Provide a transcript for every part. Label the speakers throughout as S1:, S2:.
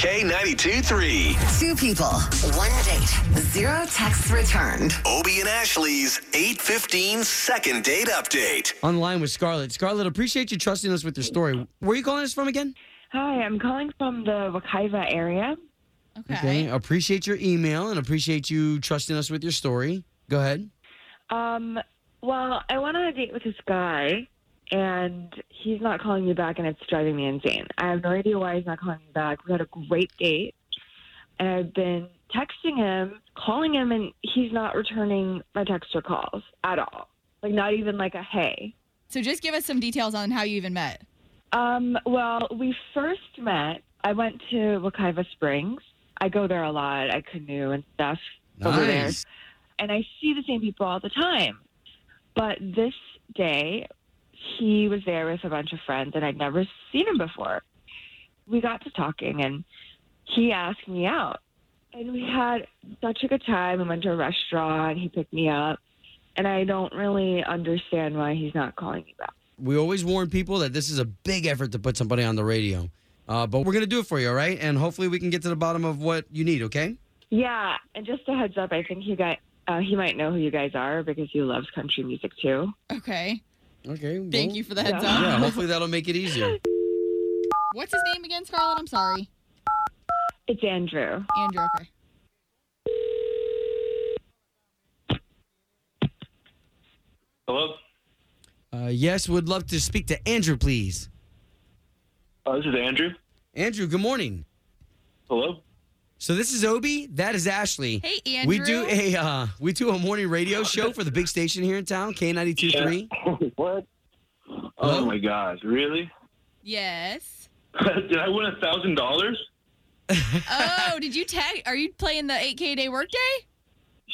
S1: K92 3.
S2: Two people, one date, zero texts returned.
S1: Obie and Ashley's 815 second date update.
S3: Online with Scarlett. Scarlett, appreciate you trusting us with your story. Where are you calling us from again?
S4: Hi, I'm calling from the Wakaiva area.
S5: Okay.
S3: Appreciate your email and appreciate you trusting us with your story. Go ahead.
S4: Um, well, I went on a date with this guy, and he's not calling me back, and it's driving me insane. I have no idea why he's not calling me back. We had a great date, and I've been texting him, calling him, and he's not returning my text or calls at all. Like, not even like a hey.
S5: So just give us some details on how you even met.
S4: Um, well, we first met. I went to Wakaiva Springs. I go there a lot. I canoe and stuff over there.
S3: Nice.
S4: and I see the same people all the time. But this day, he was there with a bunch of friends, and I'd never seen him before. We got to talking, and he asked me out. And we had such a good time. We went to a restaurant. He picked me up. And I don't really understand why he's not calling me back.
S3: We always warn people that this is a big effort to put somebody on the radio. Uh, but we're going to do it for you, all right? And hopefully we can get to the bottom of what you need, okay?
S4: Yeah, and just a heads up, I think he got uh, he might know who you guys are because he loves country music too.
S5: Okay.
S3: Okay.
S5: Thank you for the heads
S3: Yeah,
S5: up.
S3: hopefully that'll make it easier.
S5: What's his name again, Scarlett? I'm sorry.
S4: It's Andrew.
S5: Andrew. Okay.
S6: Hello.
S3: Uh, yes, would love to speak to Andrew, please.
S6: Uh, this is Andrew.
S3: Andrew, good morning.
S6: Hello.
S3: So this is Obi. That is Ashley.
S5: Hey, Andrew.
S3: We do a uh, we do a morning radio show for the big station here in town, K ninety two three.
S6: what?
S3: Hello?
S6: Oh my gosh! Really?
S5: Yes.
S6: Did I win a thousand dollars?
S5: Oh, did you tag? Are you playing the 8K day workday?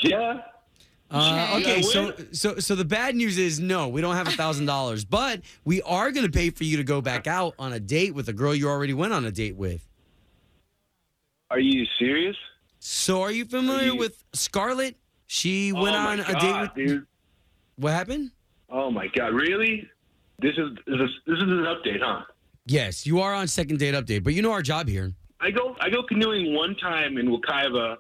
S6: Yeah.
S3: Uh,
S5: Okay.
S3: okay, so so so the bad news is no, we don't have a thousand dollars, but we are going to pay for you to go back out on a date with a girl you already went on a date with.
S6: Are you serious?
S3: So are you familiar
S6: Are you-
S3: with Scarlett? She went
S6: oh
S3: on
S6: my
S3: a date with.
S6: God, dude.
S3: What happened?
S6: Oh my god! Really? This is this is, this is an update, huh?
S3: Yes, you are on second date update, but you know our job here.
S6: I go I go canoeing one time in Wakaiva.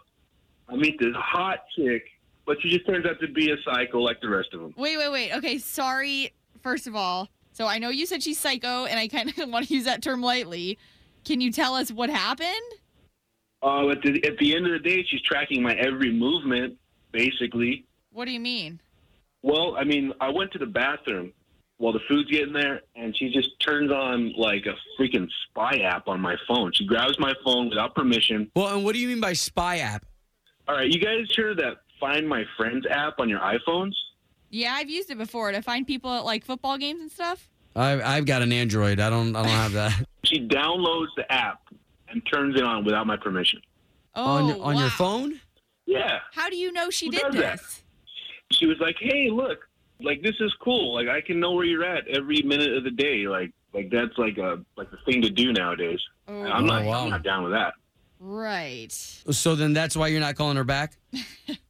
S6: I meet this hot chick, but she just turns out to be a psycho like the rest of them.
S5: Wait, wait, wait. Okay. Sorry. First of all, so I know you said she's psycho, and I kind of want to use that term lightly. Can you tell us what happened?
S6: Uh, at the at the end of the day, she's tracking my every movement, basically.
S5: What do you mean?
S6: Well, I mean, I went to the bathroom while the food's getting there, and she just turns on like a freaking spy app on my phone. She grabs my phone without permission.
S3: Well, and what do you mean by spy app?
S6: All right, you guys heard of that Find My Friends app on your iPhones?
S5: Yeah, I've used it before to find people at like football games and stuff.
S3: I, I've got an Android. I don't. I don't have that
S6: She downloads the app and turns it on without my permission.
S5: Oh,
S3: on your, on
S5: wow.
S3: your phone.
S6: Yeah.
S5: How do you know she
S6: Who
S5: did
S6: does that?
S5: this?
S6: She was like, "Hey, look, like this is cool. Like I can know where you're at every minute of the day. Like like that's like a like the thing to do nowadays.
S5: Oh,
S6: And I'm not
S3: wow.
S6: I'm not down with that.
S5: right.
S3: So then that's why you're not calling her back.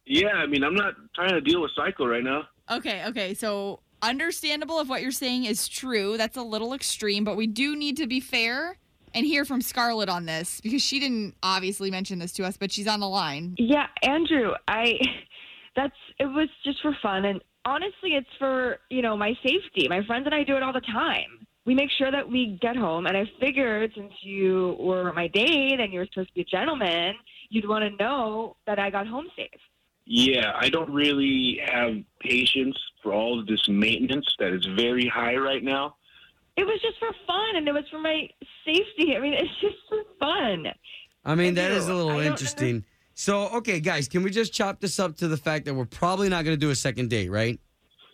S6: Yeah, I mean, I'm not trying to deal with psycho right now.
S5: Okay, okay. So understandable if what you're saying is true. That's a little extreme, but we do need to be fair and hear from Scarlett on this because she didn't obviously mention this to us, but she's on the line.
S4: Yeah, Andrew, I that's it was just for fun and honestly it's for, you know, my safety. My friends and I do it all the time. We make sure that we get home and I figured since you were my date and you were supposed to be a gentleman, you'd want to know that I got home safe.
S6: Yeah, I don't really have patience for all of this maintenance that is very high right now.
S4: It was just for fun and it was for my safety. I mean, it's just for fun.
S3: I mean,
S4: I
S3: that
S4: do.
S3: is a little
S4: I don't
S3: interesting. So okay, guys, can we just chop this up to the fact that we're probably not going to do a second date, right?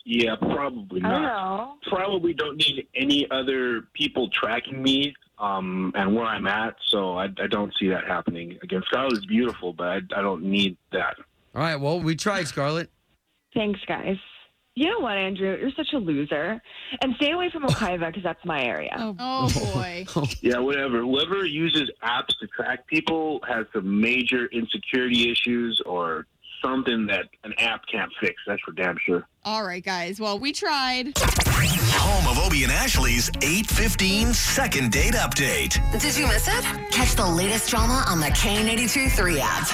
S6: Yeah, probably
S4: I don't
S6: not.
S4: know.
S6: Probably don't need any other people tracking me um, and where I'm at. So I, I don't see that happening again. Scarlett's beautiful, but I, I don't need that.
S3: All right. Well, we tried, Scarlett.
S4: Thanks, guys. You know what, Andrew? You're such a loser. And stay away from Hokkaido because that's my area.
S5: Oh boy.
S6: Yeah, whatever. Whoever uses apps to track people has some major insecurity issues or something that an app can't fix. That's for damn sure.
S5: All right, guys. Well, we tried.
S1: Home of Obie and Ashley's 815 second date update.
S2: Did you miss it? Catch the latest drama on the K82 3 app.